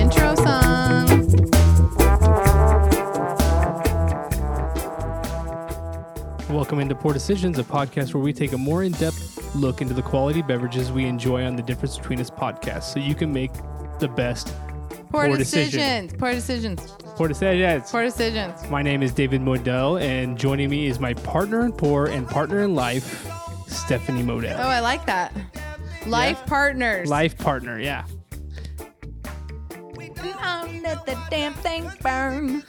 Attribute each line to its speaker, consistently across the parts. Speaker 1: Intro song.
Speaker 2: Welcome into Poor Decisions, a podcast where we take a more in depth look into the quality beverages we enjoy on the difference between us podcasts so you can make the best
Speaker 1: Poor,
Speaker 2: Poor decision.
Speaker 1: decisions. Poor decisions.
Speaker 2: Poor Decisions.
Speaker 1: Poor decisions.
Speaker 2: My name is David Modell, and joining me is my partner in Poor and partner in life, Stephanie Modell.
Speaker 1: Oh, I like that. Life partners.
Speaker 2: Life partner, yeah.
Speaker 1: Mm, Let the damn thing burn.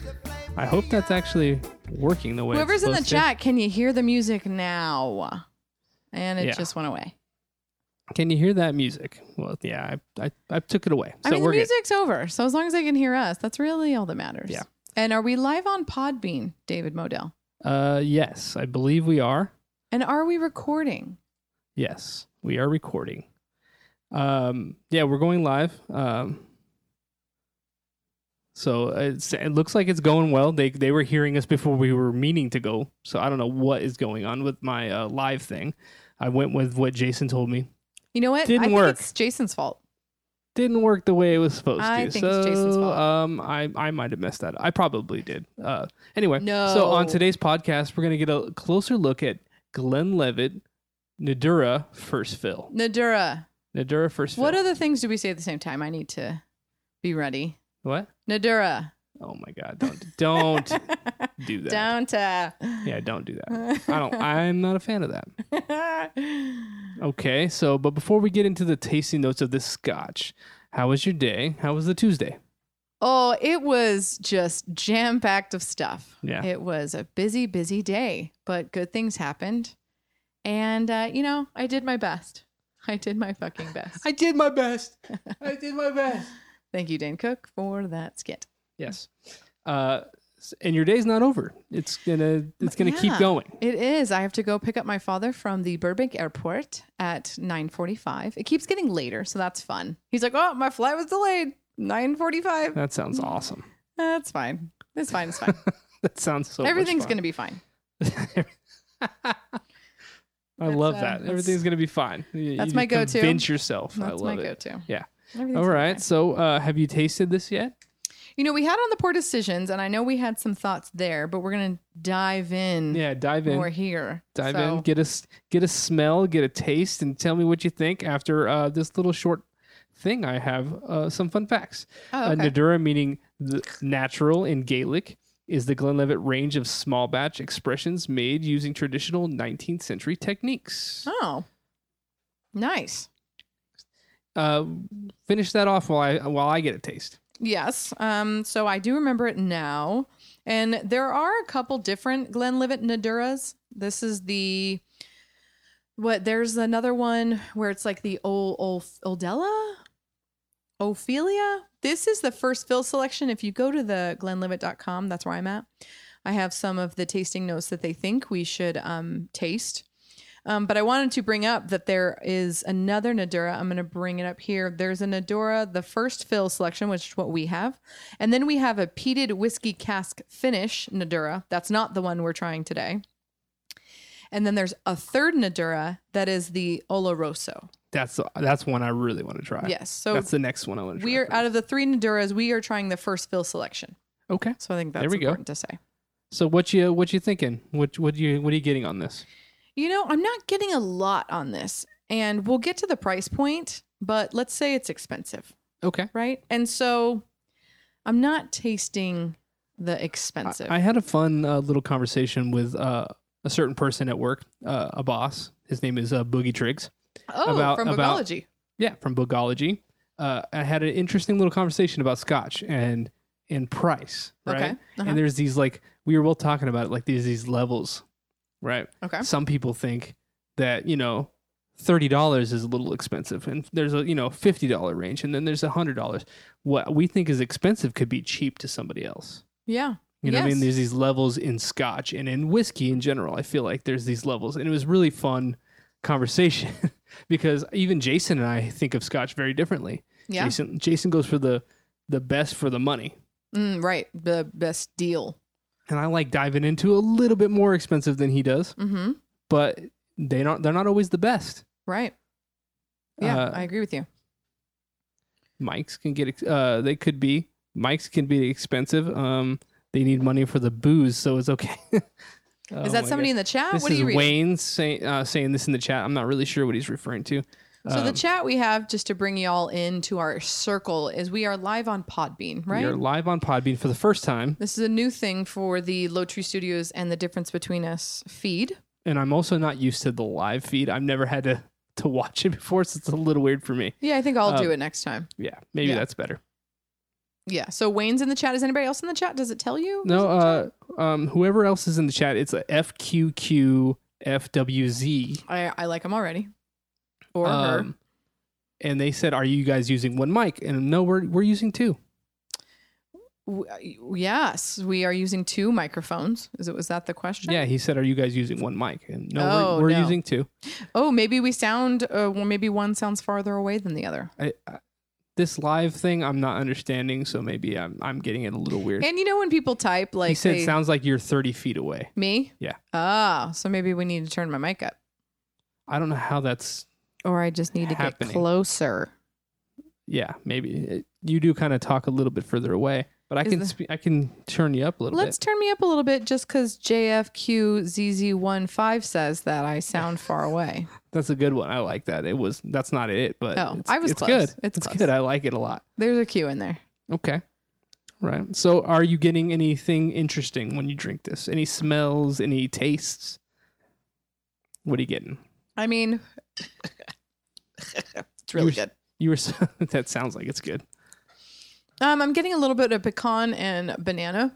Speaker 2: I hope that's actually working the way it's
Speaker 1: Whoever's in the
Speaker 2: supposed to.
Speaker 1: chat, can you hear the music now? And it
Speaker 2: Yeah.
Speaker 1: just went away.
Speaker 2: Can you hear that music? Well, yeah, I, I, I took it away. So
Speaker 1: I mean, the
Speaker 2: we're good.
Speaker 1: music's over. So as long as they can hear us, that's really all that matters.
Speaker 2: Yeah.
Speaker 1: And are we live on Podbean, David Modell?
Speaker 2: Uh, yes, I believe we are.
Speaker 1: And are we recording?
Speaker 2: Yes, we are recording. Um, yeah, we're going live. Um, so it's, it looks like it's going well. They they were hearing us before we were meaning to go. So I don't know what is going on with my uh, live thing. I went with what Jason told me.
Speaker 1: You know what?
Speaker 2: Didn't
Speaker 1: I think
Speaker 2: work.
Speaker 1: it's Jason's fault.
Speaker 2: Didn't work the way it was supposed
Speaker 1: I
Speaker 2: to.
Speaker 1: think
Speaker 2: so
Speaker 1: it's Jason's fault.
Speaker 2: um, I I might have messed that. up. I probably did. Uh, anyway,
Speaker 1: No.
Speaker 2: so on today's podcast, we're gonna get a closer look at Glenn Levitt, Nadura first fill.
Speaker 1: Nadura.
Speaker 2: Nadura first fill.
Speaker 1: What other things do we say at the same time? I need to be ready.
Speaker 2: what?
Speaker 1: Nadura.
Speaker 2: Oh my god, don't don't do that.
Speaker 1: Downta.
Speaker 2: Yeah, don't do that. I don't I'm not a fan of that. Okay, so but before we get into the tasting notes of this scotch, how was your day? How was the Tuesday?
Speaker 1: oh, it was just jam packed of stuff.
Speaker 2: Yeah.
Speaker 1: It was a busy, busy day, but good things happened. And, uh, you know, I did my best. I did my fucking best.
Speaker 2: I did my best. I did my best.
Speaker 1: Thank you, Dan Cook, for that skit.
Speaker 2: Yes. Uh s- and your day's not over. It's gonna it's gonna keep
Speaker 1: Yeah.
Speaker 2: going.
Speaker 1: It is. I have to go pick up my father from the Burbank airport at 9:45. It keeps getting later, so that's fun. He's like, "Oh, my flight was delayed. 9:45.
Speaker 2: That sounds awesome.
Speaker 1: That's fine. It's fine. It's fine.
Speaker 2: That sounds so
Speaker 1: Everything's going to be fine."
Speaker 2: gonna I
Speaker 1: That's,
Speaker 2: love
Speaker 1: uh,
Speaker 2: that.
Speaker 1: that's-
Speaker 2: Everything's gonna be fine. You-
Speaker 1: that's
Speaker 2: you
Speaker 1: my go-to.
Speaker 2: Convince yourself. I
Speaker 1: That's
Speaker 2: love
Speaker 1: my
Speaker 2: it.
Speaker 1: go-to.
Speaker 2: Yeah.
Speaker 1: Everything's
Speaker 2: All
Speaker 1: gonna be
Speaker 2: right.
Speaker 1: fine.
Speaker 2: So, uh, have you tasted this yet?
Speaker 1: You know, we had on the poor decisions and I know we had some thoughts there, but we're going to dive in
Speaker 2: Yeah, dive
Speaker 1: when
Speaker 2: in.
Speaker 1: we're here.
Speaker 2: dive
Speaker 1: So,
Speaker 2: in. Get a s- get a smell, get a taste, and tell me what you think after uh, this little short thing. I have uh, some fun facts.
Speaker 1: Oh,
Speaker 2: Uh,
Speaker 1: okay.
Speaker 2: Nadura, meaning the natural in Gaelic, is the Glenlivet range of small batch expressions made using traditional 19th century techniques.
Speaker 1: oh. Nice.
Speaker 2: Uh, finish that off while I while I get a taste.
Speaker 1: Yes. Um, so I do remember it now. And there are a couple different Glenlivet Naduras. This is the what there's another one where it's like the old old Oldella Ophelia. This is the first fill selection. If you go to the glenlivet.com, that's where I'm at. I have some of the tasting notes that they think we should um, taste. Um, but I wanted to bring up that there is another Nadura. I'm going to bring it up here. There's a Nadura, the first fill selection, which is what we have. And then we have a peated whiskey cask finish Nadura. That's not the one we're trying today. And then there's a third Nadura that is the Oloroso.
Speaker 2: That's that's one I really want to try.
Speaker 1: Yes. So
Speaker 2: that's the next one I want to try.
Speaker 1: we are
Speaker 2: first.
Speaker 1: out of the three Naduras, we are trying the first fill selection.
Speaker 2: okay.
Speaker 1: So I think that's
Speaker 2: There we go.
Speaker 1: important to say.
Speaker 2: So what you what you thinking? What what you what are you getting on this?
Speaker 1: You know, I'm not getting a lot on this, and we'll get to the price point, but let's say it's expensive,
Speaker 2: Okay.
Speaker 1: right? And so I'm not tasting the
Speaker 2: I,
Speaker 1: expensive.
Speaker 2: I had a fun uh, little conversation with uh, a certain person at work, uh, a boss. His name is uh, Boogie Triggs.
Speaker 1: oh,
Speaker 2: about-
Speaker 1: from
Speaker 2: about-
Speaker 1: Bogology.
Speaker 2: Yeah, from Boogology. Uh, I had an interesting little conversation about Scotch and and price, right?
Speaker 1: Okay. Uh-huh.
Speaker 2: And there's these like we were both talking about it, like there's these levels, right?
Speaker 1: Okay.
Speaker 2: Some people think that you know thirty dollars is a little expensive, and there's a you know fifty dollar range, and then there's a hundred dollars. What we think is expensive could be cheap to somebody else.
Speaker 1: Yeah.
Speaker 2: You know what I mean?
Speaker 1: Yes.
Speaker 2: There's these levels in scotch and in whiskey in general. I feel like there's these levels. And it was really fun conversation because even Jason and I think of scotch very differently.
Speaker 1: Yeah.
Speaker 2: Jason Jason goes for the the best for the money.
Speaker 1: Mm, right. The best deal.
Speaker 2: and I like diving into a little bit more expensive than he does,
Speaker 1: Mm-hmm.
Speaker 2: but they don't they're not always the best.
Speaker 1: Right. Yeah,
Speaker 2: Uh,
Speaker 1: I agree with you.
Speaker 2: mics can get ex- uh they could be mics can be expensive. Um they need money for the booze, so it's okay. Oh
Speaker 1: Is
Speaker 2: my
Speaker 1: that somebody
Speaker 2: God.
Speaker 1: in the chat?
Speaker 2: This
Speaker 1: Ah, what do
Speaker 2: is
Speaker 1: you read?
Speaker 2: Wayne saying uh, saying this in the chat. I'm not really sure what he's referring to.
Speaker 1: So the
Speaker 2: Um,
Speaker 1: chat we have just to bring you all into our circle is we are live on Podbean,
Speaker 2: We
Speaker 1: right?
Speaker 2: are live on Podbean for the first time,
Speaker 1: This is a new thing for the Low Tree Studios and the difference between us feed.
Speaker 2: and I'm also not used to the live feed. I've never had to to watch it before, so it's a little weird for me.
Speaker 1: Yeah, I think I'll
Speaker 2: Um,
Speaker 1: do it next time.
Speaker 2: Yeah, maybe
Speaker 1: Yeah.
Speaker 2: that's better.
Speaker 1: Yeah. So Wayne's in the chat. Is anybody else in the chat? Does it tell you?
Speaker 2: No, uh, um, whoever else is in the chat, it's a FQQFWZ.
Speaker 1: I, I like him already. Or her.
Speaker 2: Um, and they said, "Are you guys using one mic?" And no, we're we're using two.
Speaker 1: W- yes, we are using two microphones. Is it was that the question?
Speaker 2: Yeah, he said, "Are you guys using one mic?" And no,
Speaker 1: Oh,
Speaker 2: we're, we're
Speaker 1: no.
Speaker 2: using two.
Speaker 1: Oh, maybe we sound. Uh, well, maybe one sounds farther away than the other.
Speaker 2: I, I, this live thing, I'm not understanding, so maybe I'm I'm getting it a little weird.
Speaker 1: And you know when people type
Speaker 2: he
Speaker 1: like
Speaker 2: said,
Speaker 1: they-
Speaker 2: "Sounds like you're 30 feet away."
Speaker 1: me?
Speaker 2: Yeah.
Speaker 1: Ah, so maybe we need to turn my mic up,
Speaker 2: I don't know how that's.
Speaker 1: or I just need to
Speaker 2: Happening.
Speaker 1: get closer.
Speaker 2: Yeah, maybe it, you do kind of talk a little bit further away, but I
Speaker 1: Is
Speaker 2: can
Speaker 1: the-
Speaker 2: spe- I can turn you up a little
Speaker 1: Let's turn me up a little bit, just because JFQZZ15 says that I sound far away.
Speaker 2: bit. That's a good one. I like that. It was that's not it, but
Speaker 1: Oh,
Speaker 2: it's,
Speaker 1: I was
Speaker 2: it's
Speaker 1: close.
Speaker 2: good.
Speaker 1: It's close.
Speaker 2: good. I like it a lot.
Speaker 1: There's a Q in there.
Speaker 2: Okay. Right. So are you getting anything interesting when you drink this? Any smells, any tastes? What are you getting?
Speaker 1: I mean, it's really
Speaker 2: were-
Speaker 1: good.
Speaker 2: You were s- that sounds like it's good.
Speaker 1: Um, I'm getting a little bit of pecan and banana.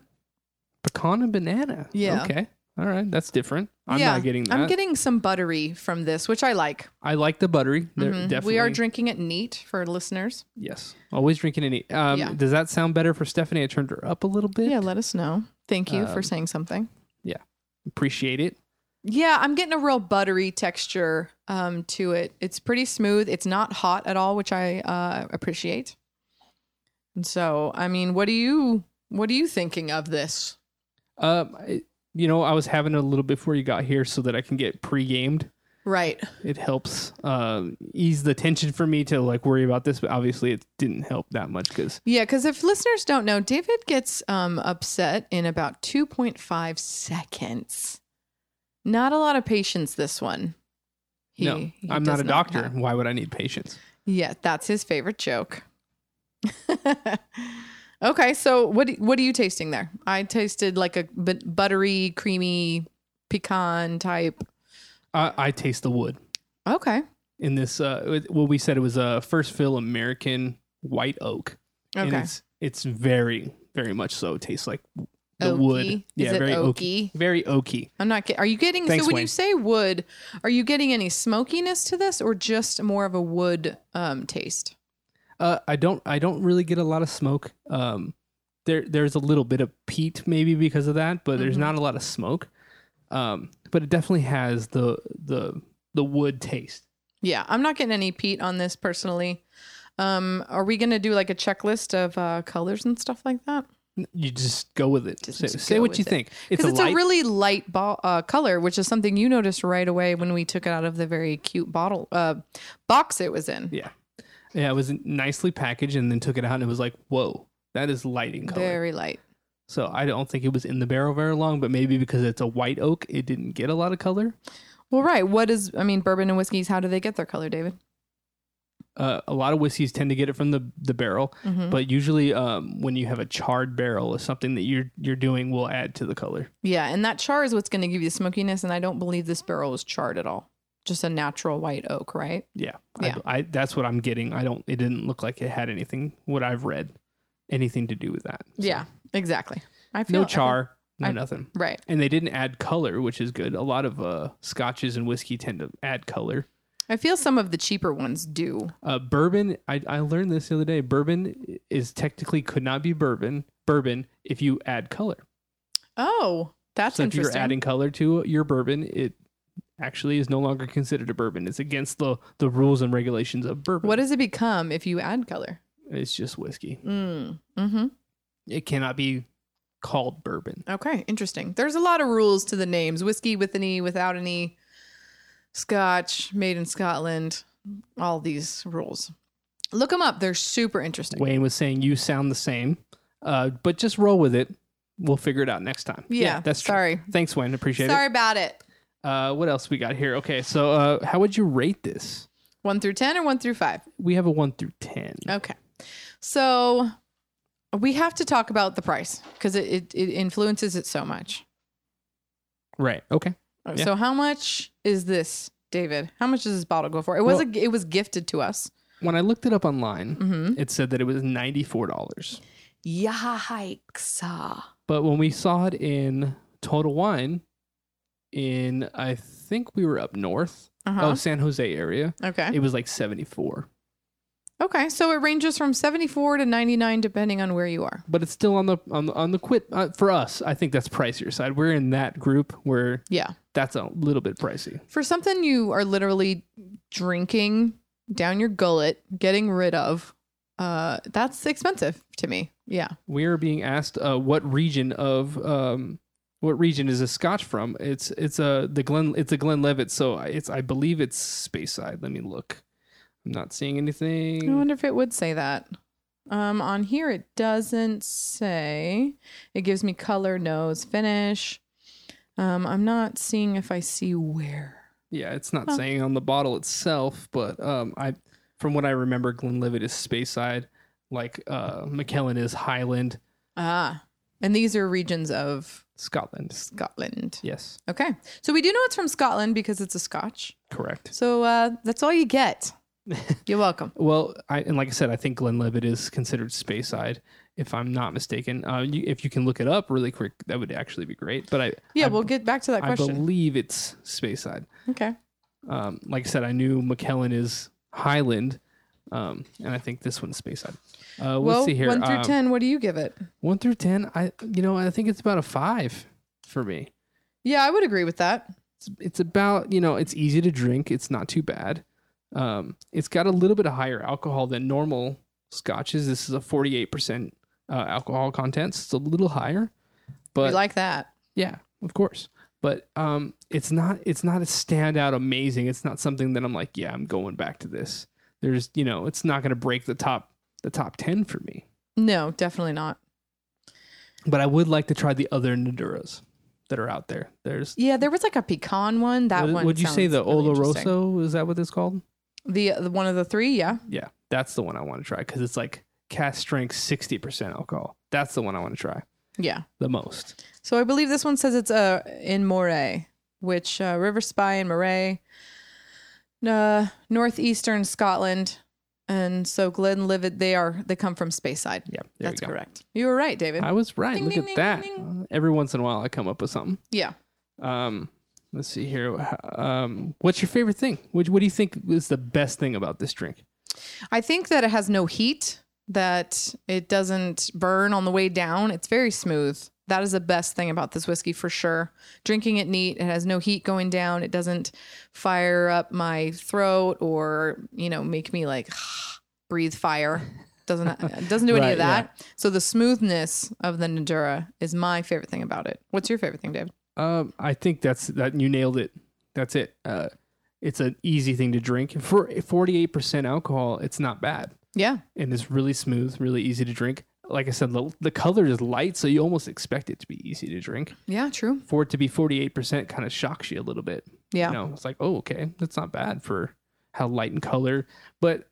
Speaker 2: Pecan and banana.
Speaker 1: Yeah.
Speaker 2: Okay. All right. That's different. I'm
Speaker 1: Yeah,
Speaker 2: not getting that.
Speaker 1: I'm getting some buttery from this, which I like.
Speaker 2: I like the buttery. They're
Speaker 1: Mhm.
Speaker 2: Definitely.
Speaker 1: We are drinking it neat for listeners.
Speaker 2: Yes. Always drinking any. Um,
Speaker 1: Yeah.
Speaker 2: Does that sound better for Stephanie? I turned her up a little bit.
Speaker 1: Yeah, let us know. Thank you for
Speaker 2: Um,
Speaker 1: saying something.
Speaker 2: Appreciate it.
Speaker 1: Yeah, I'm getting a real buttery texture um, to it. It's pretty smooth. It's not hot at all, which I uh, appreciate. And so, I mean, what do you what are you thinking of this?
Speaker 2: Um, I- you know, I was having it a little before you got here so that I can get pre-gamed.
Speaker 1: Right.
Speaker 2: it helps um, ease the tension for me to like worry about this but obviously it didn't help that much because
Speaker 1: Yeah, because if listeners don't know, David gets um, upset in about 2.5 seconds. Not a lot of patience, this one. He-
Speaker 2: no
Speaker 1: he
Speaker 2: i'm not
Speaker 1: does
Speaker 2: a doctor
Speaker 1: have-
Speaker 2: why would i need patience
Speaker 1: Yeah, that's his favorite joke. okay, so what what are you tasting there? I tasted like a bu- buttery, creamy, pecan type.
Speaker 2: i, I taste the wood
Speaker 1: Okay,
Speaker 2: in this uh it- well we said it was a first fill american white oak and
Speaker 1: okay.
Speaker 2: it's it's very very much so it tastes like the wood
Speaker 1: Oaky?
Speaker 2: yeah
Speaker 1: Is it
Speaker 2: very oaky
Speaker 1: oaky?
Speaker 2: very oaky
Speaker 1: I'm not. Get, are you getting?
Speaker 2: Thanks,
Speaker 1: so when
Speaker 2: Wayne.
Speaker 1: you say wood, are you getting any smokiness to this, or just more of a wood um, taste?
Speaker 2: uh i don't i don't really get a lot of smoke um there there's a little bit of peat maybe because of that but there's
Speaker 1: Mhm.
Speaker 2: not a lot of smoke um but it definitely has the the the wood taste
Speaker 1: Yeah, I'm not getting any peat on this personally. Um, are we gonna do like a checklist of uh, colors and stuff like that?
Speaker 2: you just go with it
Speaker 1: Just-
Speaker 2: say,
Speaker 1: just
Speaker 2: say
Speaker 1: go
Speaker 2: what
Speaker 1: with
Speaker 2: you
Speaker 1: it.
Speaker 2: think it's
Speaker 1: Because
Speaker 2: a
Speaker 1: it's,
Speaker 2: light
Speaker 1: a really light ball, uh, color, which is something you noticed right away when we took it out of the very cute bottle uh, box it was in.
Speaker 2: Yeah, yeah it was nicely packaged and then took it out and it was like whoa that is lighting color
Speaker 1: Very light.
Speaker 2: so i don't think it was in the barrel very long but maybe because it's a white oak it didn't get a lot of color
Speaker 1: Well, right. What is? I mean, bourbon and whiskeys. How do they get their color, David?
Speaker 2: uh, a lot of whiskeys tend to get it from the the barrel
Speaker 1: Mhm.
Speaker 2: But usually, um, when you have a charred barrel or something that you're you're doing, will add to the color.
Speaker 1: Yeah, and that char is what's going to give you smokiness. And I don't believe this barrel was charred at all. Just a natural white oak, right?
Speaker 2: Yeah,
Speaker 1: Yeah.
Speaker 2: I, I that's what I'm getting. I don't. It didn't look like it had anything. What I've read, anything to do with that. So,
Speaker 1: Yeah, exactly. I feel
Speaker 2: no
Speaker 1: I feel-
Speaker 2: char, no
Speaker 1: I-
Speaker 2: nothing.
Speaker 1: right.
Speaker 2: And they didn't add color, which is good. A lot of uh, scotches and whiskey tend to add color.
Speaker 1: I feel some of the cheaper ones do.
Speaker 2: Uh, bourbon. I I learned this the other day. Bourbon is technically could not be bourbon. Bourbon if you add color.
Speaker 1: Oh, that's
Speaker 2: so if
Speaker 1: interesting.
Speaker 2: you're adding color to your bourbon, it actually is no longer considered a bourbon. It's against the the rules and regulations of bourbon.
Speaker 1: what does it become if you add color?
Speaker 2: It's just whiskey.
Speaker 1: Mm. Mm-hmm.
Speaker 2: It cannot be called bourbon.
Speaker 1: Okay, interesting. There's a lot of rules to the names: whiskey with an e, without an e, Scotch, made in Scotland. All these rules. Look them up; they're super interesting.
Speaker 2: Wayne was saying you sound the same, uh, but just roll with it. We'll figure it out next time.
Speaker 1: yeah,
Speaker 2: that's true.
Speaker 1: sorry.
Speaker 2: Thanks, Wayne. Appreciate
Speaker 1: Sorry about it.
Speaker 2: it. Uh, what else we got here? Okay, so uh, how would you rate this?
Speaker 1: One through ten or one through five?
Speaker 2: We have a one through ten.
Speaker 1: Okay. So we have to talk about the price because it, it, it influences it so much.
Speaker 2: Right. Okay. Oh, Yeah.
Speaker 1: So how much is this, David? How much does this bottle go for? It was
Speaker 2: Well-
Speaker 1: a, it was gifted to us.
Speaker 2: When I looked it up online,
Speaker 1: Mm-hmm.
Speaker 2: it said that it was ninety four dollars.
Speaker 1: Yikes.
Speaker 2: But when we saw it in Total Wine, in I think we were up north, oh
Speaker 1: Uh-huh.
Speaker 2: San Jose area,
Speaker 1: Okay.
Speaker 2: it was like seventy four.
Speaker 1: Okay. So it ranges from 74 to 99 depending on where you are.
Speaker 2: But it's still on the on the, on the quit uh, for us. I think that's pricier side. We're in that group where
Speaker 1: Yeah.
Speaker 2: that's a little bit pricey.
Speaker 1: For something you are literally drinking down your gullet, getting rid of, uh, that's expensive to me. Yeah.
Speaker 2: We are being asked uh, what region of um, what region is a Scotch from? It's it's a the Glen it's a Glenlivet, so it's I believe it's space side. Let me look. I'm not seeing anything.
Speaker 1: I wonder if it would say that. Um, on here it doesn't say. It gives me color, nose, finish. Um, I'm not seeing if I see where.
Speaker 2: Yeah, it's not
Speaker 1: Huh.
Speaker 2: saying on the bottle itself, but um, I, from what I remember, Glenlivet is Speyside, like uh, McKellen is Highland,
Speaker 1: Ah, and these are regions of
Speaker 2: Scotland.
Speaker 1: Scotland.
Speaker 2: Yes,
Speaker 1: Okay, so we do know it's from Scotland because it's a Scotch.
Speaker 2: correct.
Speaker 1: So uh, that's all you get. You're welcome.
Speaker 2: Well, I, and like I said, I think Glenlivet is considered Speyside, if I'm not mistaken. Uh, you, if you can look it up really quick, that would actually be great. But I,
Speaker 1: Yeah,
Speaker 2: I-
Speaker 1: we'll get back to that
Speaker 2: I
Speaker 1: question.
Speaker 2: believe it's Speyside.
Speaker 1: okay.
Speaker 2: Um, like I said, I knew McKellen is Highland, um, and I think this one's Speyside. Uh,
Speaker 1: Well,
Speaker 2: let's see here.
Speaker 1: one through
Speaker 2: Um,
Speaker 1: ten. What do you give it?
Speaker 2: One through ten, I you know I think it's about a five for me.
Speaker 1: Yeah, I would agree with that.
Speaker 2: It's, it's about you know it's easy to drink. It's not too bad. Um, it's got a little bit of higher alcohol than normal scotches. This is a forty eight percent uh, alcohol content. so It's a little higher,
Speaker 1: We
Speaker 2: but
Speaker 1: like that.
Speaker 2: yeah, of course. But um, it's not it's not a standout amazing. It's not something that I'm like yeah I'm going back to this. There's you know it's not going to break the top the top ten for me.
Speaker 1: No, definitely not.
Speaker 2: But I would like to try the other Naduras that are out there. There's
Speaker 1: Yeah, there was like a pecan one. That
Speaker 2: Would-
Speaker 1: one.
Speaker 2: Would you say
Speaker 1: sounds
Speaker 2: the
Speaker 1: really interesting.
Speaker 2: Oloroso? Is that what it's called?
Speaker 1: The, the one of the three, yeah.
Speaker 2: Yeah, that's the one I want to try because it's like cast strength, sixty percent alcohol. That's the one I want to try
Speaker 1: Yeah.
Speaker 2: the most.
Speaker 1: So I believe this one says it's uh in Moray, which uh, River Spy and Moray, uh, northeastern Scotland, and so Glenlivet. They are they come from Speyside.
Speaker 2: Yeah, there
Speaker 1: That's
Speaker 2: we go.
Speaker 1: correct. You were right, David.
Speaker 2: I was right.
Speaker 1: Ding,
Speaker 2: Look
Speaker 1: ding,
Speaker 2: at
Speaker 1: ding,
Speaker 2: that.
Speaker 1: ding,
Speaker 2: Uh, Every once in a while, I come up with something.
Speaker 1: yeah.
Speaker 2: Um, let's see here. Um, what's your favorite thing? What, what do you think is the best thing about this drink?
Speaker 1: I think that it has no heat, that it doesn't burn on the way down. It's very smooth. That is the best thing about this whiskey for sure. Drinking it neat, it has no heat going down. It doesn't fire up my throat or, you know, make me like breathe fire. Doesn't it doesn't do any
Speaker 2: Right,
Speaker 1: of that. So the smoothness of the Nadura is my favorite thing about it. What's your favorite thing, David?
Speaker 2: Um, I think that's that you nailed it. That's it. Uh, it's an easy thing to drink for forty eight percent alcohol. It's not bad.
Speaker 1: Yeah.
Speaker 2: and it's really smooth, really easy to drink. Like I said, the, the color is light, so you almost expect it to be easy to drink.
Speaker 1: Yeah, true.
Speaker 2: For it to be 48% kind of shocks you a little bit.
Speaker 1: Yeah.
Speaker 2: You know, it's like, oh, okay, that's not bad for how light in color. But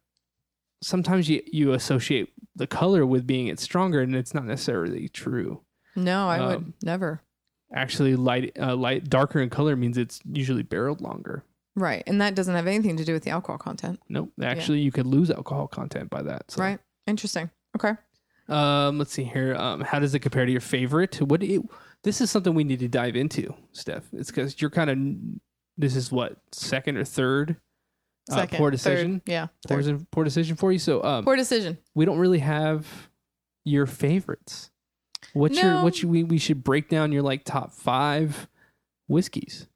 Speaker 2: sometimes you, you associate the color with being it's stronger, and it's not necessarily true.
Speaker 1: No, I would
Speaker 2: Um,
Speaker 1: never.
Speaker 2: Actually, light, uh, light, darker in color means it's usually barreled longer.
Speaker 1: Right. And that doesn't have anything to do with the alcohol content.
Speaker 2: Nope. Actually, you could lose alcohol content by that. So.
Speaker 1: Right. Interesting. Okay.
Speaker 2: Um, let's see here. Um, how does it compare to your favorite? What do you, this is something we need to dive into, Steph. It's because you're kind of this is what second or third uh,
Speaker 1: Second,
Speaker 2: poor
Speaker 1: third,
Speaker 2: decision.
Speaker 1: yeah.
Speaker 2: There's a poor decision for you. So um,
Speaker 1: Poor decision.
Speaker 2: we don't really have your favorites. What's your
Speaker 1: No.
Speaker 2: what you, we we should break down your like top five whiskeys?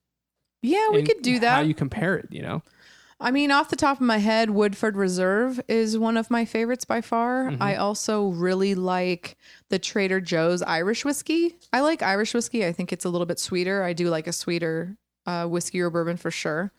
Speaker 1: Yeah, we
Speaker 2: and
Speaker 1: could do
Speaker 2: How
Speaker 1: that.
Speaker 2: you compare it? You know,
Speaker 1: I mean, off the top of my head, Woodford Reserve is one of my favorites by far.
Speaker 2: Mhm.
Speaker 1: I also really like the Trader Joe's Irish whiskey. I like Irish whiskey. I think it's a little bit sweeter. I do like a sweeter uh, whiskey or bourbon for sure.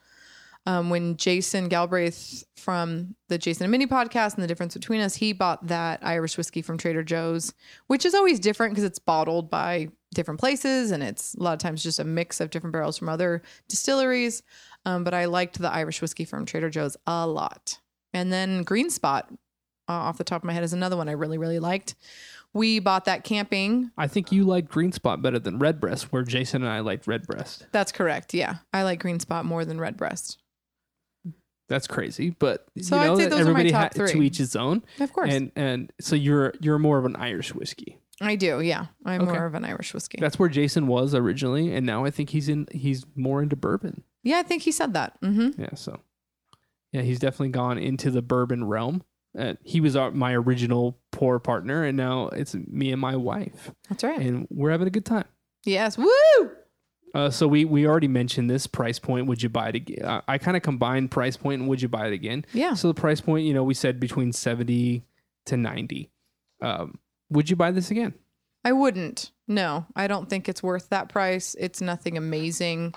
Speaker 1: Um, when Jason Galbraith from the Jason and Minnie podcast and the difference between us, he bought that Irish whiskey from Trader Joe's, which is always different because it's bottled by different places and it's a lot of times just a mix of different barrels from other distilleries. Um, but I liked the Irish whiskey from Trader Joe's a lot. And then Green Spot, uh, off the top of my head, is another one I really, really liked. We bought that camping.
Speaker 2: I think you like Green Spot better than Redbreast, where Jason and I liked Redbreast.
Speaker 1: That's correct. Yeah. I like Green Spot more than Redbreast.
Speaker 2: That's crazy, but
Speaker 1: So
Speaker 2: you
Speaker 1: I'd
Speaker 2: know
Speaker 1: say
Speaker 2: that
Speaker 1: those are my
Speaker 2: everybody
Speaker 1: top
Speaker 2: ha- to
Speaker 1: three.
Speaker 2: each his own.
Speaker 1: Of course.
Speaker 2: And and so you're you're more of an Irish whiskey.
Speaker 1: I do. Yeah. I'm
Speaker 2: Okay.
Speaker 1: more of an Irish whiskey.
Speaker 2: That's where Jason was originally, and now I think he's in he's more into bourbon.
Speaker 1: yeah. I think he said that. hmm
Speaker 2: Yeah, so yeah, he's definitely gone into the bourbon realm. Uh, he was our, my original poor partner, and now it's me and my wife,
Speaker 1: That's right.
Speaker 2: and we're having a good time.
Speaker 1: yes. Woo.
Speaker 2: Uh, so we we already mentioned this price point. Would you buy it again? I, I kind of combined price point and would you buy it again.
Speaker 1: Yeah.
Speaker 2: So the price point, you know, we said between seventy to ninety. Um, would you buy this again?
Speaker 1: I wouldn't. No, I don't think it's worth that price. It's nothing amazing.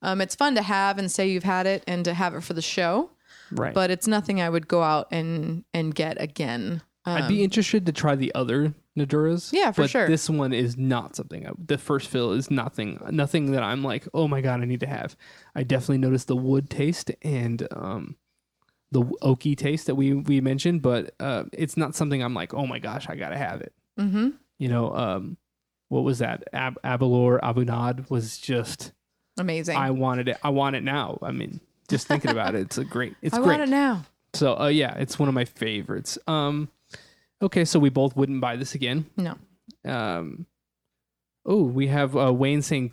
Speaker 1: Um, it's fun to have and say you've had it and to have it for the show.
Speaker 2: Right.
Speaker 1: but it's nothing I would go out and and get again. Um,
Speaker 2: I'd be interested to try the other Naduras.
Speaker 1: Yeah, for
Speaker 2: but
Speaker 1: sure.
Speaker 2: This one is not something. I, the first fill is nothing. Nothing that I'm like, oh my god, I need to have. I definitely noticed the wood taste and um, the oaky taste that we we mentioned, but uh, it's not something I'm like, oh my gosh, I gotta have it.
Speaker 1: mhm.
Speaker 2: You know, um, what was that? Ab- Abalor Abunad was just.
Speaker 1: amazing.
Speaker 2: I
Speaker 1: I,
Speaker 2: wanted it. I want it now. I mean, just thinking about it, it's a great. It's great.
Speaker 1: want it now.
Speaker 2: So uh, yeah, it's one of my favorites. Um, okay, so we both wouldn't buy this again.
Speaker 1: No.
Speaker 2: Um, oh, we have uh, Wayne saying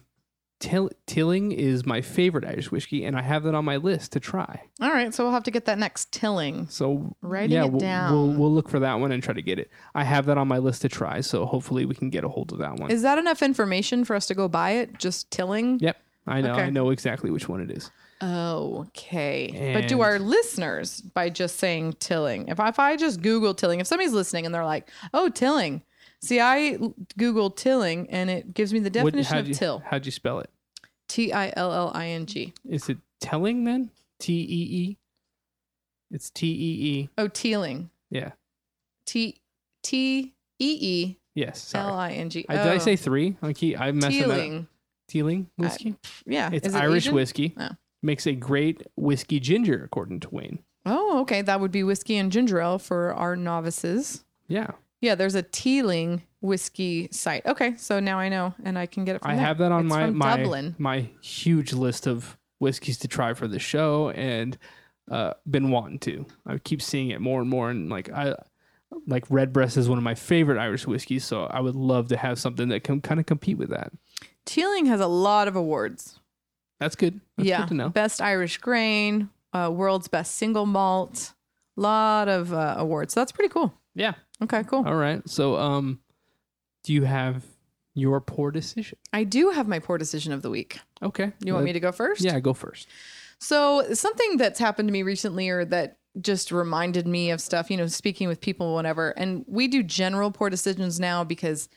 Speaker 2: Till- Tilling is my favorite Irish whiskey, and I have that on my list to try.
Speaker 1: All right, so we'll have to get that next tilling.
Speaker 2: So
Speaker 1: Writing
Speaker 2: yeah,
Speaker 1: it
Speaker 2: we'll,
Speaker 1: down.
Speaker 2: we'll we'll look for that one and try to get it. I have that on my list to try, so hopefully we can get a hold of that one.
Speaker 1: Is that enough information for us to go buy it? Just tilling?
Speaker 2: yep, I know.
Speaker 1: Okay.
Speaker 2: I know exactly which one it is.
Speaker 1: Okay. but do
Speaker 2: And-
Speaker 1: our listeners by just saying tilling? If I, if I just Google tilling, if somebody's listening and they're like, "Oh, tilling," see, I Google tilling and it gives me the
Speaker 2: What-
Speaker 1: definition
Speaker 2: how'd
Speaker 1: of
Speaker 2: you,
Speaker 1: till.
Speaker 2: How'd you spell it?
Speaker 1: T i l l i n g.
Speaker 2: Is it telling then? T E E. It's T E E.
Speaker 1: Oh, teeling.
Speaker 2: Yeah.
Speaker 1: T T E E
Speaker 2: Yes. Sorry.
Speaker 1: L I N G.
Speaker 2: I, did I
Speaker 1: Oh.
Speaker 2: say three? I keep I'm messing that up.
Speaker 1: Teeling.
Speaker 2: Teeling whiskey.
Speaker 1: Yeah.
Speaker 2: it's
Speaker 1: Is it
Speaker 2: Irish
Speaker 1: Asian?
Speaker 2: whiskey.
Speaker 1: Oh.
Speaker 2: Makes a great whiskey ginger, according to Wayne.
Speaker 1: Oh, okay. That would be whiskey and ginger ale for our novices.
Speaker 2: Yeah,
Speaker 1: Yeah, there's a Teeling whiskey site. Okay, so now I know, and I can get it. From
Speaker 2: I
Speaker 1: there.
Speaker 2: have that on
Speaker 1: It's
Speaker 2: my
Speaker 1: from
Speaker 2: my
Speaker 1: Dublin.
Speaker 2: my huge list of whiskeys to try for the show, and uh, been wanting to. I keep seeing it more and more, and like I like Redbreast is one of my favorite Irish whiskeys, so I would love to have something that can kind of compete with that.
Speaker 1: Teeling has a lot of awards.
Speaker 2: That's good. That's
Speaker 1: yeah,
Speaker 2: good to know.
Speaker 1: best Irish grain, uh, world's best single malt, lot of uh, awards. So that's pretty cool.
Speaker 2: Yeah.
Speaker 1: Okay, cool.
Speaker 2: All right. So, um, do you have your poor decision?
Speaker 1: I do have my poor decision of the week.
Speaker 2: Okay. Uh,
Speaker 1: You want me to go first?
Speaker 2: Yeah, go first.
Speaker 1: So something that's happened to me recently, or that just reminded me of stuff, you know, speaking with people, whatever. And we do general poor decisions now because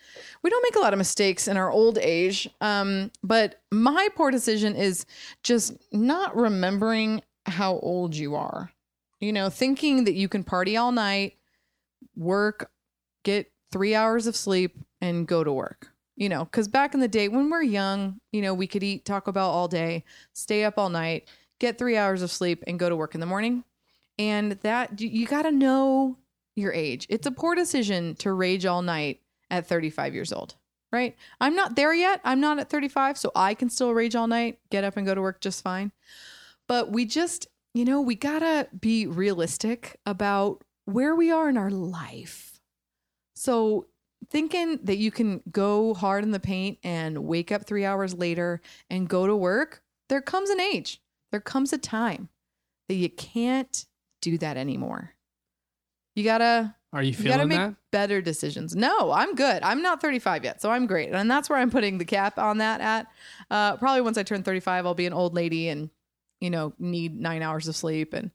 Speaker 1: we don't make a lot of mistakes in our old age. Um, but my poor decision is just not remembering how old you are. You know, thinking that you can party all night, work, get three hours of sleep, and go to work. You know, because back in the day when we're young, you know, we could eat Taco Bell all day, stay up all night, get three hours of sleep, and go to work in the morning. And that you, you got to know your age. It's a poor decision to rage all night at 35 years old, right? I'm not there yet. I'm not at 35, so I can still rage all night, get up and go to work just fine. But we just, you know, we got to be realistic about where we are in our life. So thinking that you can go hard in the paint and wake up three hours later and go to work, there comes an age, there comes a time that you can't do that anymore. You gotta
Speaker 2: Are you
Speaker 1: you gotta
Speaker 2: feeling
Speaker 1: make
Speaker 2: that?
Speaker 1: better decisions. No, I'm good. I'm not 35 yet, so I'm great, and that's where I'm putting the cap on that. At uh, probably once I turn 35, I'll be an old lady and you know, need nine hours of sleep. And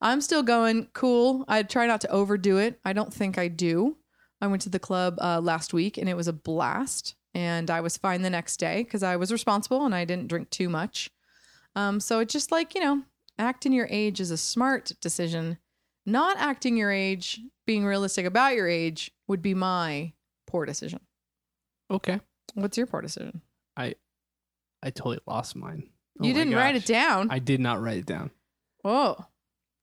Speaker 1: I'm still going cool. I try not to overdo it. I don't think I do. I went to the club uh, last week and it was a blast. And I was fine the next day because I was responsible and I didn't drink too much. Um, so it's just like, you know, acting your age is a smart decision. Not acting your age, being realistic about your age, would be my poor decision.
Speaker 2: Okay.
Speaker 1: What's your poor decision?
Speaker 2: I totally lost mine. Oh
Speaker 1: you
Speaker 2: my
Speaker 1: didn't write it
Speaker 2: gosh.
Speaker 1: down.
Speaker 2: I did not write it down.
Speaker 1: Whoa.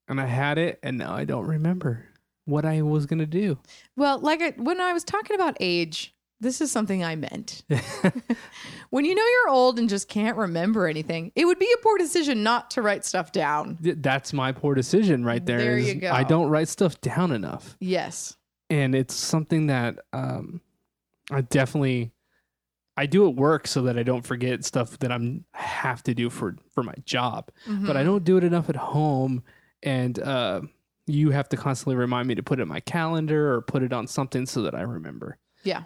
Speaker 2: And I had it, and now I don't remember what I was going to do.
Speaker 1: Well, like I, when I was talking about age, this is something I meant. When you know you're old and just can't remember anything, it would be a poor decision not to write stuff down.
Speaker 2: Th- That's my poor decision right there.
Speaker 1: There
Speaker 2: is
Speaker 1: you go.
Speaker 2: I don't write stuff down enough.
Speaker 1: Yes.
Speaker 2: And it's something that um, I definitely. I do at work so that I don't forget stuff that I'm have to do for for my job. but I
Speaker 1: Mhm.
Speaker 2: don't do it enough at home. And uh, you have to constantly remind me to put it in my calendar or put it on something so that I remember.
Speaker 1: Yeah.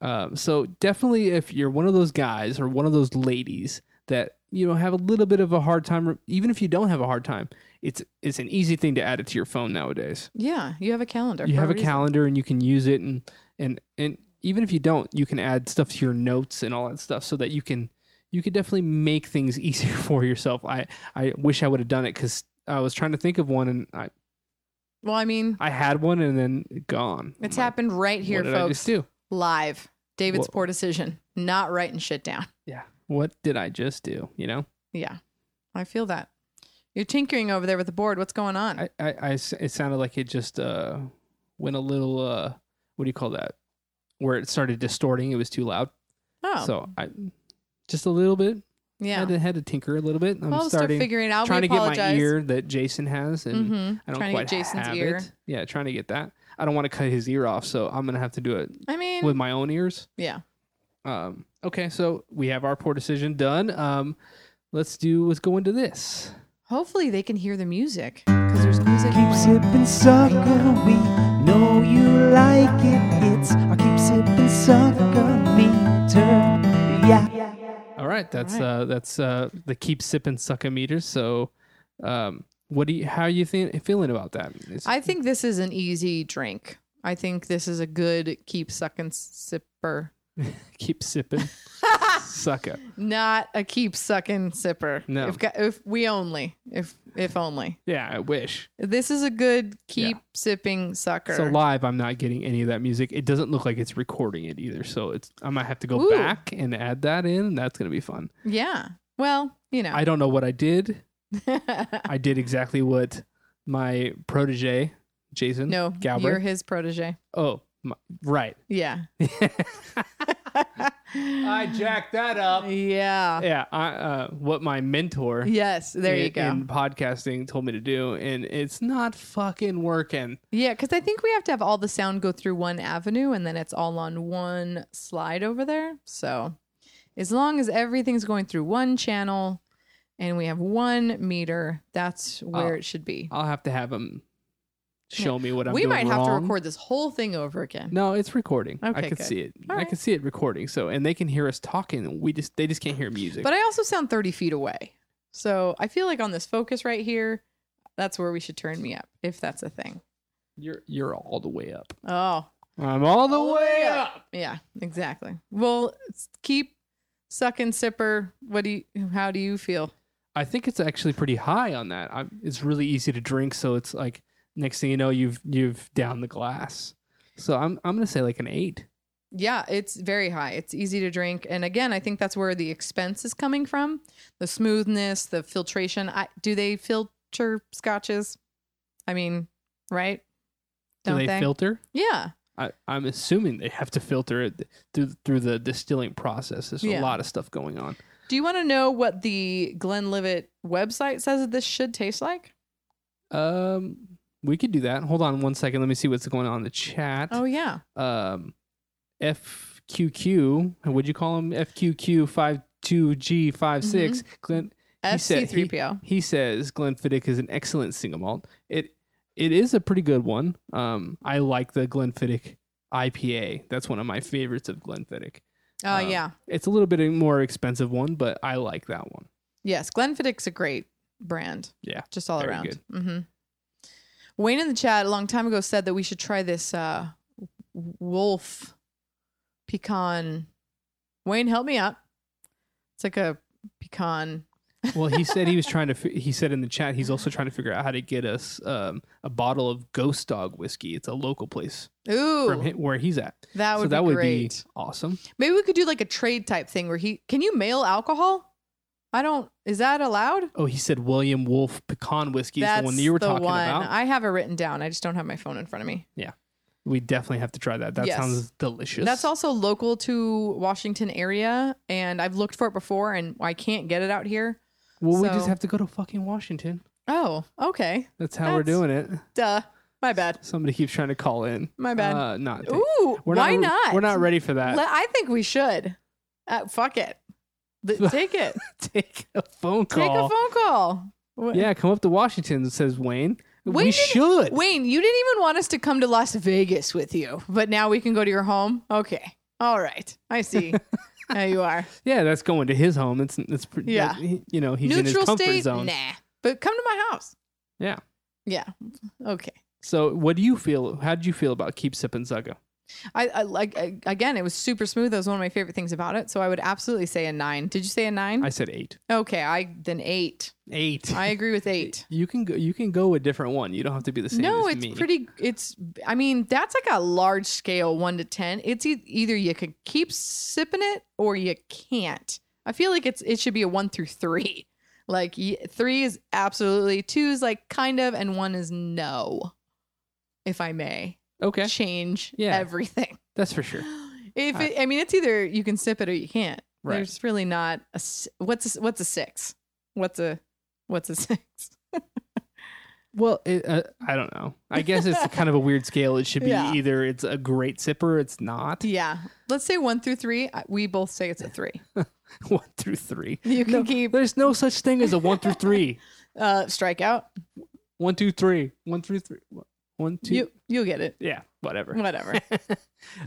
Speaker 2: Um, so definitely, if you're one of those guys or one of those ladies that you know have a little bit of a hard time, even if you don't have a hard time, it's it's an easy thing to add it to your phone nowadays.
Speaker 1: Yeah, you have a calendar.
Speaker 2: You
Speaker 1: for
Speaker 2: have a
Speaker 1: reason.
Speaker 2: calendar and you can use it, and and and even if you don't, you can add stuff to your notes and all that stuff so that you can you can definitely make things easier for yourself. I I wish I would have done it because I was trying to think of one and I
Speaker 1: Well, I mean,
Speaker 2: I had one and then gone.
Speaker 1: it's
Speaker 2: I'm like,
Speaker 1: happened right here,
Speaker 2: What did I just
Speaker 1: folks.
Speaker 2: do?
Speaker 1: Live. David's
Speaker 2: Whoa.
Speaker 1: poor decision, not writing shit down.
Speaker 2: Yeah. What did I just do? You know,
Speaker 1: Yeah, I feel that. You're tinkering over there with the board. What's going on?
Speaker 2: I I, I s- it sounded like it just uh went a little uh what do you call that where it started distorting. It was too loud.
Speaker 1: oh,
Speaker 2: So I just a little bit I
Speaker 1: yeah.
Speaker 2: had to, had to tinker a little bit. I'm
Speaker 1: well, we'll start
Speaker 2: starting
Speaker 1: figuring it out.
Speaker 2: trying
Speaker 1: we
Speaker 2: to get my
Speaker 1: apologize.
Speaker 2: ear that Jason has, and
Speaker 1: Mhm.
Speaker 2: I don't
Speaker 1: Trying to
Speaker 2: quite
Speaker 1: get Jason's
Speaker 2: have
Speaker 1: ear.
Speaker 2: it. Yeah, trying to get that. I don't want to cut his ear off, so I'm gonna have to do it
Speaker 1: I mean,
Speaker 2: with my own ears.
Speaker 1: yeah.
Speaker 2: Um, okay, so we have our poor decision done. Um, let's do. Let's go into this.
Speaker 1: Hopefully they can hear the music because there's music
Speaker 3: Keep
Speaker 1: playing.
Speaker 3: sipping, sucker. We know you like it. It's our keep sipping, sucker. Meter, yeah.
Speaker 2: All right, that's
Speaker 1: right.
Speaker 2: Uh, that's uh, the keep sipping sucker meter. So, um, what do you? How are you think, feeling about that? It's-
Speaker 1: I think this is an easy drink. I think this is a good keep sucking sipper.
Speaker 2: keep sipping sucker.
Speaker 1: Not a keep sucking sipper.
Speaker 2: No.
Speaker 1: If, if we only, if if only,
Speaker 2: Yeah, I wish.
Speaker 1: this is a good keep
Speaker 2: Yeah.
Speaker 1: sipping sucker.
Speaker 2: So live, I'm not getting any of that music. It doesn't look like it's recording it either. So it's I might have to go
Speaker 1: Ooh.
Speaker 2: back and add that in. and That's gonna be fun.
Speaker 1: yeah. Well, you know.
Speaker 2: I don't know what I did. I did exactly what my protege, Jason.
Speaker 1: no,
Speaker 2: Galbraith.
Speaker 1: you're his protege.
Speaker 2: Oh, my, right.
Speaker 1: Yeah.
Speaker 2: I jacked that up.
Speaker 1: Yeah.
Speaker 2: Yeah. I, uh, what my mentor.
Speaker 1: Yes. There you
Speaker 2: in-
Speaker 1: go.
Speaker 2: In podcasting, told me to do, and it's not fucking working.
Speaker 1: Yeah, because I think we have to have all the sound go through one avenue and then it's all on one slide over there. So as long as everything's going through one channel and we have one meter, that's where
Speaker 2: Oh.
Speaker 1: it should be.
Speaker 2: I'll have to have him show me what I'm
Speaker 1: we
Speaker 2: doing
Speaker 1: might have to
Speaker 2: wrong.
Speaker 1: record this whole thing over again.
Speaker 2: No, it's recording. I
Speaker 1: Okay,
Speaker 2: can
Speaker 1: good.
Speaker 2: see it.
Speaker 1: All
Speaker 2: I
Speaker 1: right.
Speaker 2: can see it recording. So, and they can hear us talking. We just they just can't hear music.
Speaker 1: But I also sound 30 feet away. So I feel like on this focus right here, that's where we should turn me up if that's a thing.
Speaker 2: you're you're all the way up.
Speaker 1: Oh,
Speaker 2: I'm all the
Speaker 1: All the
Speaker 2: way
Speaker 1: way
Speaker 2: up.
Speaker 1: yeah, exactly. Well, s- keep sucking sipper. What do you, how do you feel?
Speaker 2: I think it's actually pretty high on that. I'm, it's really easy to drink, so it's like next thing you know, you've you've down the glass. So I'm I'm gonna say like an eight.
Speaker 1: Yeah, it's very high. It's easy to drink. And again, I think that's where the expense is coming from. The smoothness, the filtration. I, do they filter scotches? I mean, right?
Speaker 2: Do
Speaker 1: Don't
Speaker 2: they,
Speaker 1: they?
Speaker 2: filter?
Speaker 1: Yeah.
Speaker 2: I, I'm assuming they have to filter it through through the distilling process. There's
Speaker 1: Yeah.
Speaker 2: a lot of stuff going on.
Speaker 1: Do you want to know what the Glenlivet website says that this should taste like?
Speaker 2: Um, we could do that. Hold on one second. Let me see what's going on in the chat.
Speaker 1: Oh yeah.
Speaker 2: um, FQQ. Would you call him FQQ five two G 56
Speaker 1: Mm-hmm.
Speaker 2: Glenn, He said- he-
Speaker 1: SC3PO.
Speaker 2: he says Glenfiddich is an excellent single malt. It it is a pretty good one. Um, I like the Glenfiddich IPA. That's one of my favorites of Glenfiddich.
Speaker 1: Oh
Speaker 2: um,
Speaker 1: yeah.
Speaker 2: It's a little bit more expensive one, but I like that one.
Speaker 1: Yes, Glenfiddich's a great brand.
Speaker 2: Yeah,
Speaker 1: Just all
Speaker 2: very
Speaker 1: around.
Speaker 2: good.
Speaker 1: hmm Wayne in the chat a long time ago said that we should try this uh, w- wolf pecan. Wayne, help me out. It's like a pecan.
Speaker 2: Well, he said he was trying to. fi- He said in the chat he's also trying to figure out how to get us um, a bottle of Ghost Dog whiskey. It's a local place from
Speaker 1: Ooh,
Speaker 2: hi- where he's at.
Speaker 1: that would
Speaker 2: so that
Speaker 1: be
Speaker 2: would
Speaker 1: great.
Speaker 2: be awesome.
Speaker 1: Maybe we could do like a trade type thing where he can you mail alcohol? I don't. Is that allowed?
Speaker 2: Oh, he said William Wolf pecan whiskey is
Speaker 1: That's
Speaker 2: the one that you were talking
Speaker 1: one.
Speaker 2: about.
Speaker 1: I have it written down. I just don't have my phone in front of me.
Speaker 2: we definitely have to try that. That
Speaker 1: Yes.
Speaker 2: sounds delicious.
Speaker 1: That's also local to Washington area, and I've looked for it before, and I can't get it out here.
Speaker 2: Well, we just
Speaker 1: so-
Speaker 2: have to go to fucking Washington.
Speaker 1: Oh, okay.
Speaker 2: That's how we're
Speaker 1: That's-
Speaker 2: doing it.
Speaker 1: Duh. My bad.
Speaker 2: Somebody keeps trying to call in.
Speaker 1: My bad.
Speaker 2: Uh, not.
Speaker 1: Ooh,
Speaker 2: we're
Speaker 1: why
Speaker 2: not,
Speaker 1: not?
Speaker 2: We're not ready for that.
Speaker 1: Le- I think we should. Uh, fuck it. Th- take it.
Speaker 2: Take a phone
Speaker 1: Take
Speaker 2: call.
Speaker 1: a phone call. Wh-
Speaker 2: Yeah, come up to Washington. Says Wayne.
Speaker 1: Wayne
Speaker 2: we
Speaker 1: didn't-
Speaker 2: should.
Speaker 1: Wayne, you didn't even want us to come to Las Vegas with you, but now we can go to your home. Okay. All right. I see. there you are.
Speaker 2: Yeah, that's going to his home. It's it's pretty.
Speaker 1: Yeah.
Speaker 2: that- he- you know he's in his
Speaker 1: Neutral
Speaker 2: comfort
Speaker 1: state?
Speaker 2: zone.
Speaker 1: Nah. But come to my house.
Speaker 2: Yeah.
Speaker 1: Yeah. Okay.
Speaker 2: So what do you feel? How did you feel about Keep Sipping Zucca?
Speaker 1: I, I like I, again. It was super smooth. That was one of my favorite things about it. So I would absolutely say a nine. Did you say a nine?
Speaker 2: I said eight.
Speaker 1: okay, I then eight.
Speaker 2: Eight.
Speaker 1: I agree with eight.
Speaker 2: you can go. You can go a different one. You don't have to be the same.
Speaker 1: no,
Speaker 2: as
Speaker 1: it's
Speaker 2: me.
Speaker 1: pretty. It's I mean that's like a large scale one to ten. It's e- either you could keep sipping it or you can't. I feel like it's it should be a one through three. Like y- three is absolutely, two is like kind of, and one is no. If I may
Speaker 2: okay.
Speaker 1: change
Speaker 2: Yeah.
Speaker 1: everything.
Speaker 2: That's for sure.
Speaker 1: If
Speaker 2: I-
Speaker 1: it, I mean, it's either you can sip it or you can't.
Speaker 2: Uh, Right.
Speaker 1: There's really not a s- what's a, what's a six? What's a what's a six?
Speaker 2: Well, it, uh, I don't know. I guess it's kind of a weird scale. It should be
Speaker 1: Yeah.
Speaker 2: either it's a great sipper, it's not
Speaker 1: Yeah, let's say one through three. I- We both say it's a three.
Speaker 2: one through three.
Speaker 1: You can keep
Speaker 2: There's no such thing as a one through three.
Speaker 1: uh, strikeout.
Speaker 2: One two three. One through three. One two.
Speaker 1: You you'll get it.
Speaker 2: Yeah, whatever.
Speaker 1: Whatever.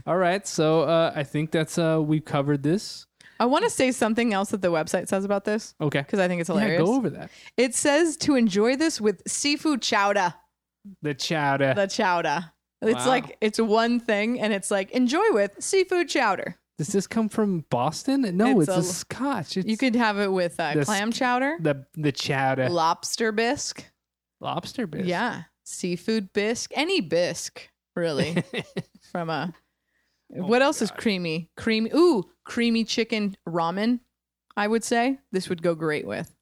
Speaker 2: All right, so uh, I think that's uh, we've covered this.
Speaker 1: I want to say something else that the website says about this
Speaker 2: Okay,
Speaker 1: because I think it's
Speaker 2: yeah,
Speaker 1: hilarious.
Speaker 2: go over that.
Speaker 1: It says to enjoy this with seafood chowder.
Speaker 2: The chowder.
Speaker 1: The chowder. It's
Speaker 2: Wow.
Speaker 1: like it's one thing, and it's like enjoy with seafood chowder.
Speaker 2: Does this come from Boston? No,
Speaker 1: It's
Speaker 2: it's,
Speaker 1: a-
Speaker 2: a, Scotch. It's
Speaker 1: You could have it with uh,
Speaker 2: The
Speaker 1: clam chowder,
Speaker 2: the the chowder
Speaker 1: lobster bisque.
Speaker 2: lobster bisque.
Speaker 1: Yeah. Seafood bisque. Any bisque, really. from a. what
Speaker 2: Oh my
Speaker 1: else is creamy? Creamy. Ooh, creamy chicken ramen, I would say. This would go great with.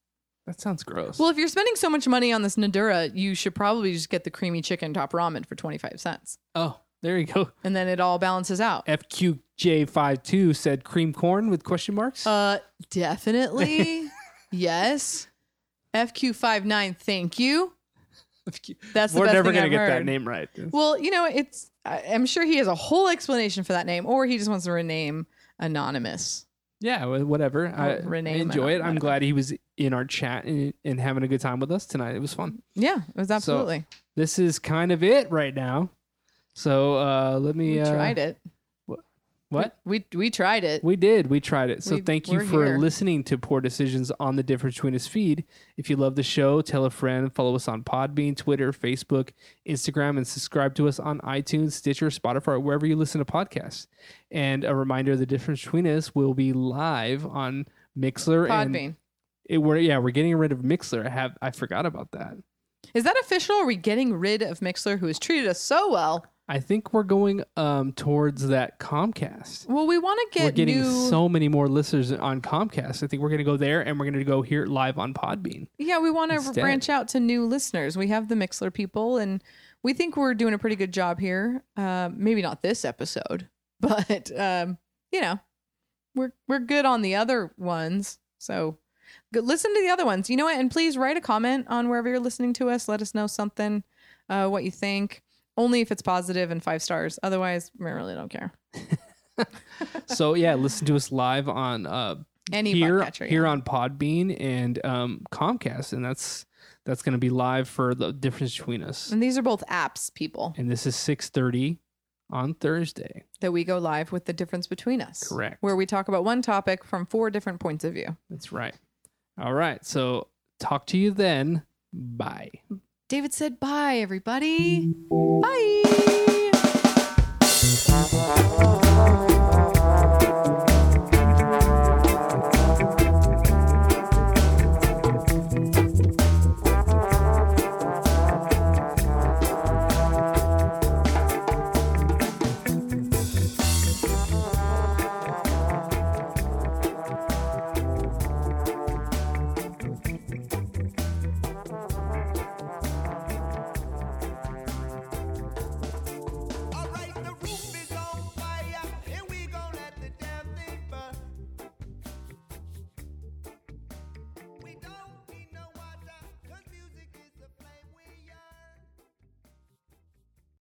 Speaker 2: that sounds gross.
Speaker 1: Well, if you're spending so much money on this Nadura, you should probably just get the creamy chicken top ramen for 25 cents.
Speaker 2: oh, there you go.
Speaker 1: And then it all balances out.
Speaker 2: FQJ52 said cream corn with question marks.
Speaker 1: Uh, definitely. yes. FQ59, thank you. That's the
Speaker 2: We're
Speaker 1: best
Speaker 2: never
Speaker 1: thing
Speaker 2: gonna
Speaker 1: I've
Speaker 2: get
Speaker 1: heard.
Speaker 2: that name right.
Speaker 1: Well, you know, it's I- I'm sure he has a whole explanation for that name, or he just wants to rename anonymous.
Speaker 2: Yeah, wha- whatever. I
Speaker 1: I'll rename it,
Speaker 2: enjoy it. I'm
Speaker 1: whatever.
Speaker 2: glad he was in our chat and, and having a good time with us tonight. It was fun.
Speaker 1: Yeah, it was absolutely.
Speaker 2: This is kind of it right now. So uh, let me.
Speaker 1: we
Speaker 2: uh,
Speaker 1: tried it.
Speaker 2: What?
Speaker 1: We we tried it.
Speaker 2: We did. We tried it. So
Speaker 1: We-
Speaker 2: thank
Speaker 1: we're
Speaker 2: you for
Speaker 1: here.
Speaker 2: listening to Poor Decisions on the Difference Between Us feed. If you love the show, tell a friend, follow us on Podbean, Twitter, Facebook, Instagram, and subscribe to us on iTunes, Stitcher, Spotify, or wherever you listen to podcasts. And a reminder, The Difference Between Us will be live on Mixler and
Speaker 1: Podbean.
Speaker 2: it, we're yeah, we're getting rid of Mixler. I have I forgot about that.
Speaker 1: Is that official? Are we getting rid of Mixler, who has treated us so well?
Speaker 2: I think we're going um towards that Comcast.
Speaker 1: Well, we want to
Speaker 2: we're
Speaker 1: get
Speaker 2: getting
Speaker 1: new.
Speaker 2: so many more listeners on Comcast. I think we're going to go there and we're going to go here live on Podbean.
Speaker 1: yeah, we want to
Speaker 2: instead.
Speaker 1: branch out to new listeners. We have the Mixler people, and we think we're doing a pretty good job here. Uh, maybe not this episode, but um, you know, we're we're good on the other ones. So go, listen to the other ones. You know what? And please write a comment on wherever you're listening to us. Let us know something, uh, what you think. Only if it's positive and five stars. Otherwise, we really don't care.
Speaker 2: so yeah, listen to us live on uh
Speaker 1: Any
Speaker 2: here
Speaker 1: podcatcher,
Speaker 2: here
Speaker 1: yeah.
Speaker 2: on Podbean and um Comcast, and that's that's going to be live for the difference between us.
Speaker 1: And these are both apps, people,
Speaker 2: And this is six thirty on Thursday.
Speaker 1: that we go live with the difference between us.
Speaker 2: Correct.
Speaker 1: Where we talk about one topic from four different points of view.
Speaker 2: That's right. All right, so Talk to you then. Bye.
Speaker 1: David said bye, everybody. Bye.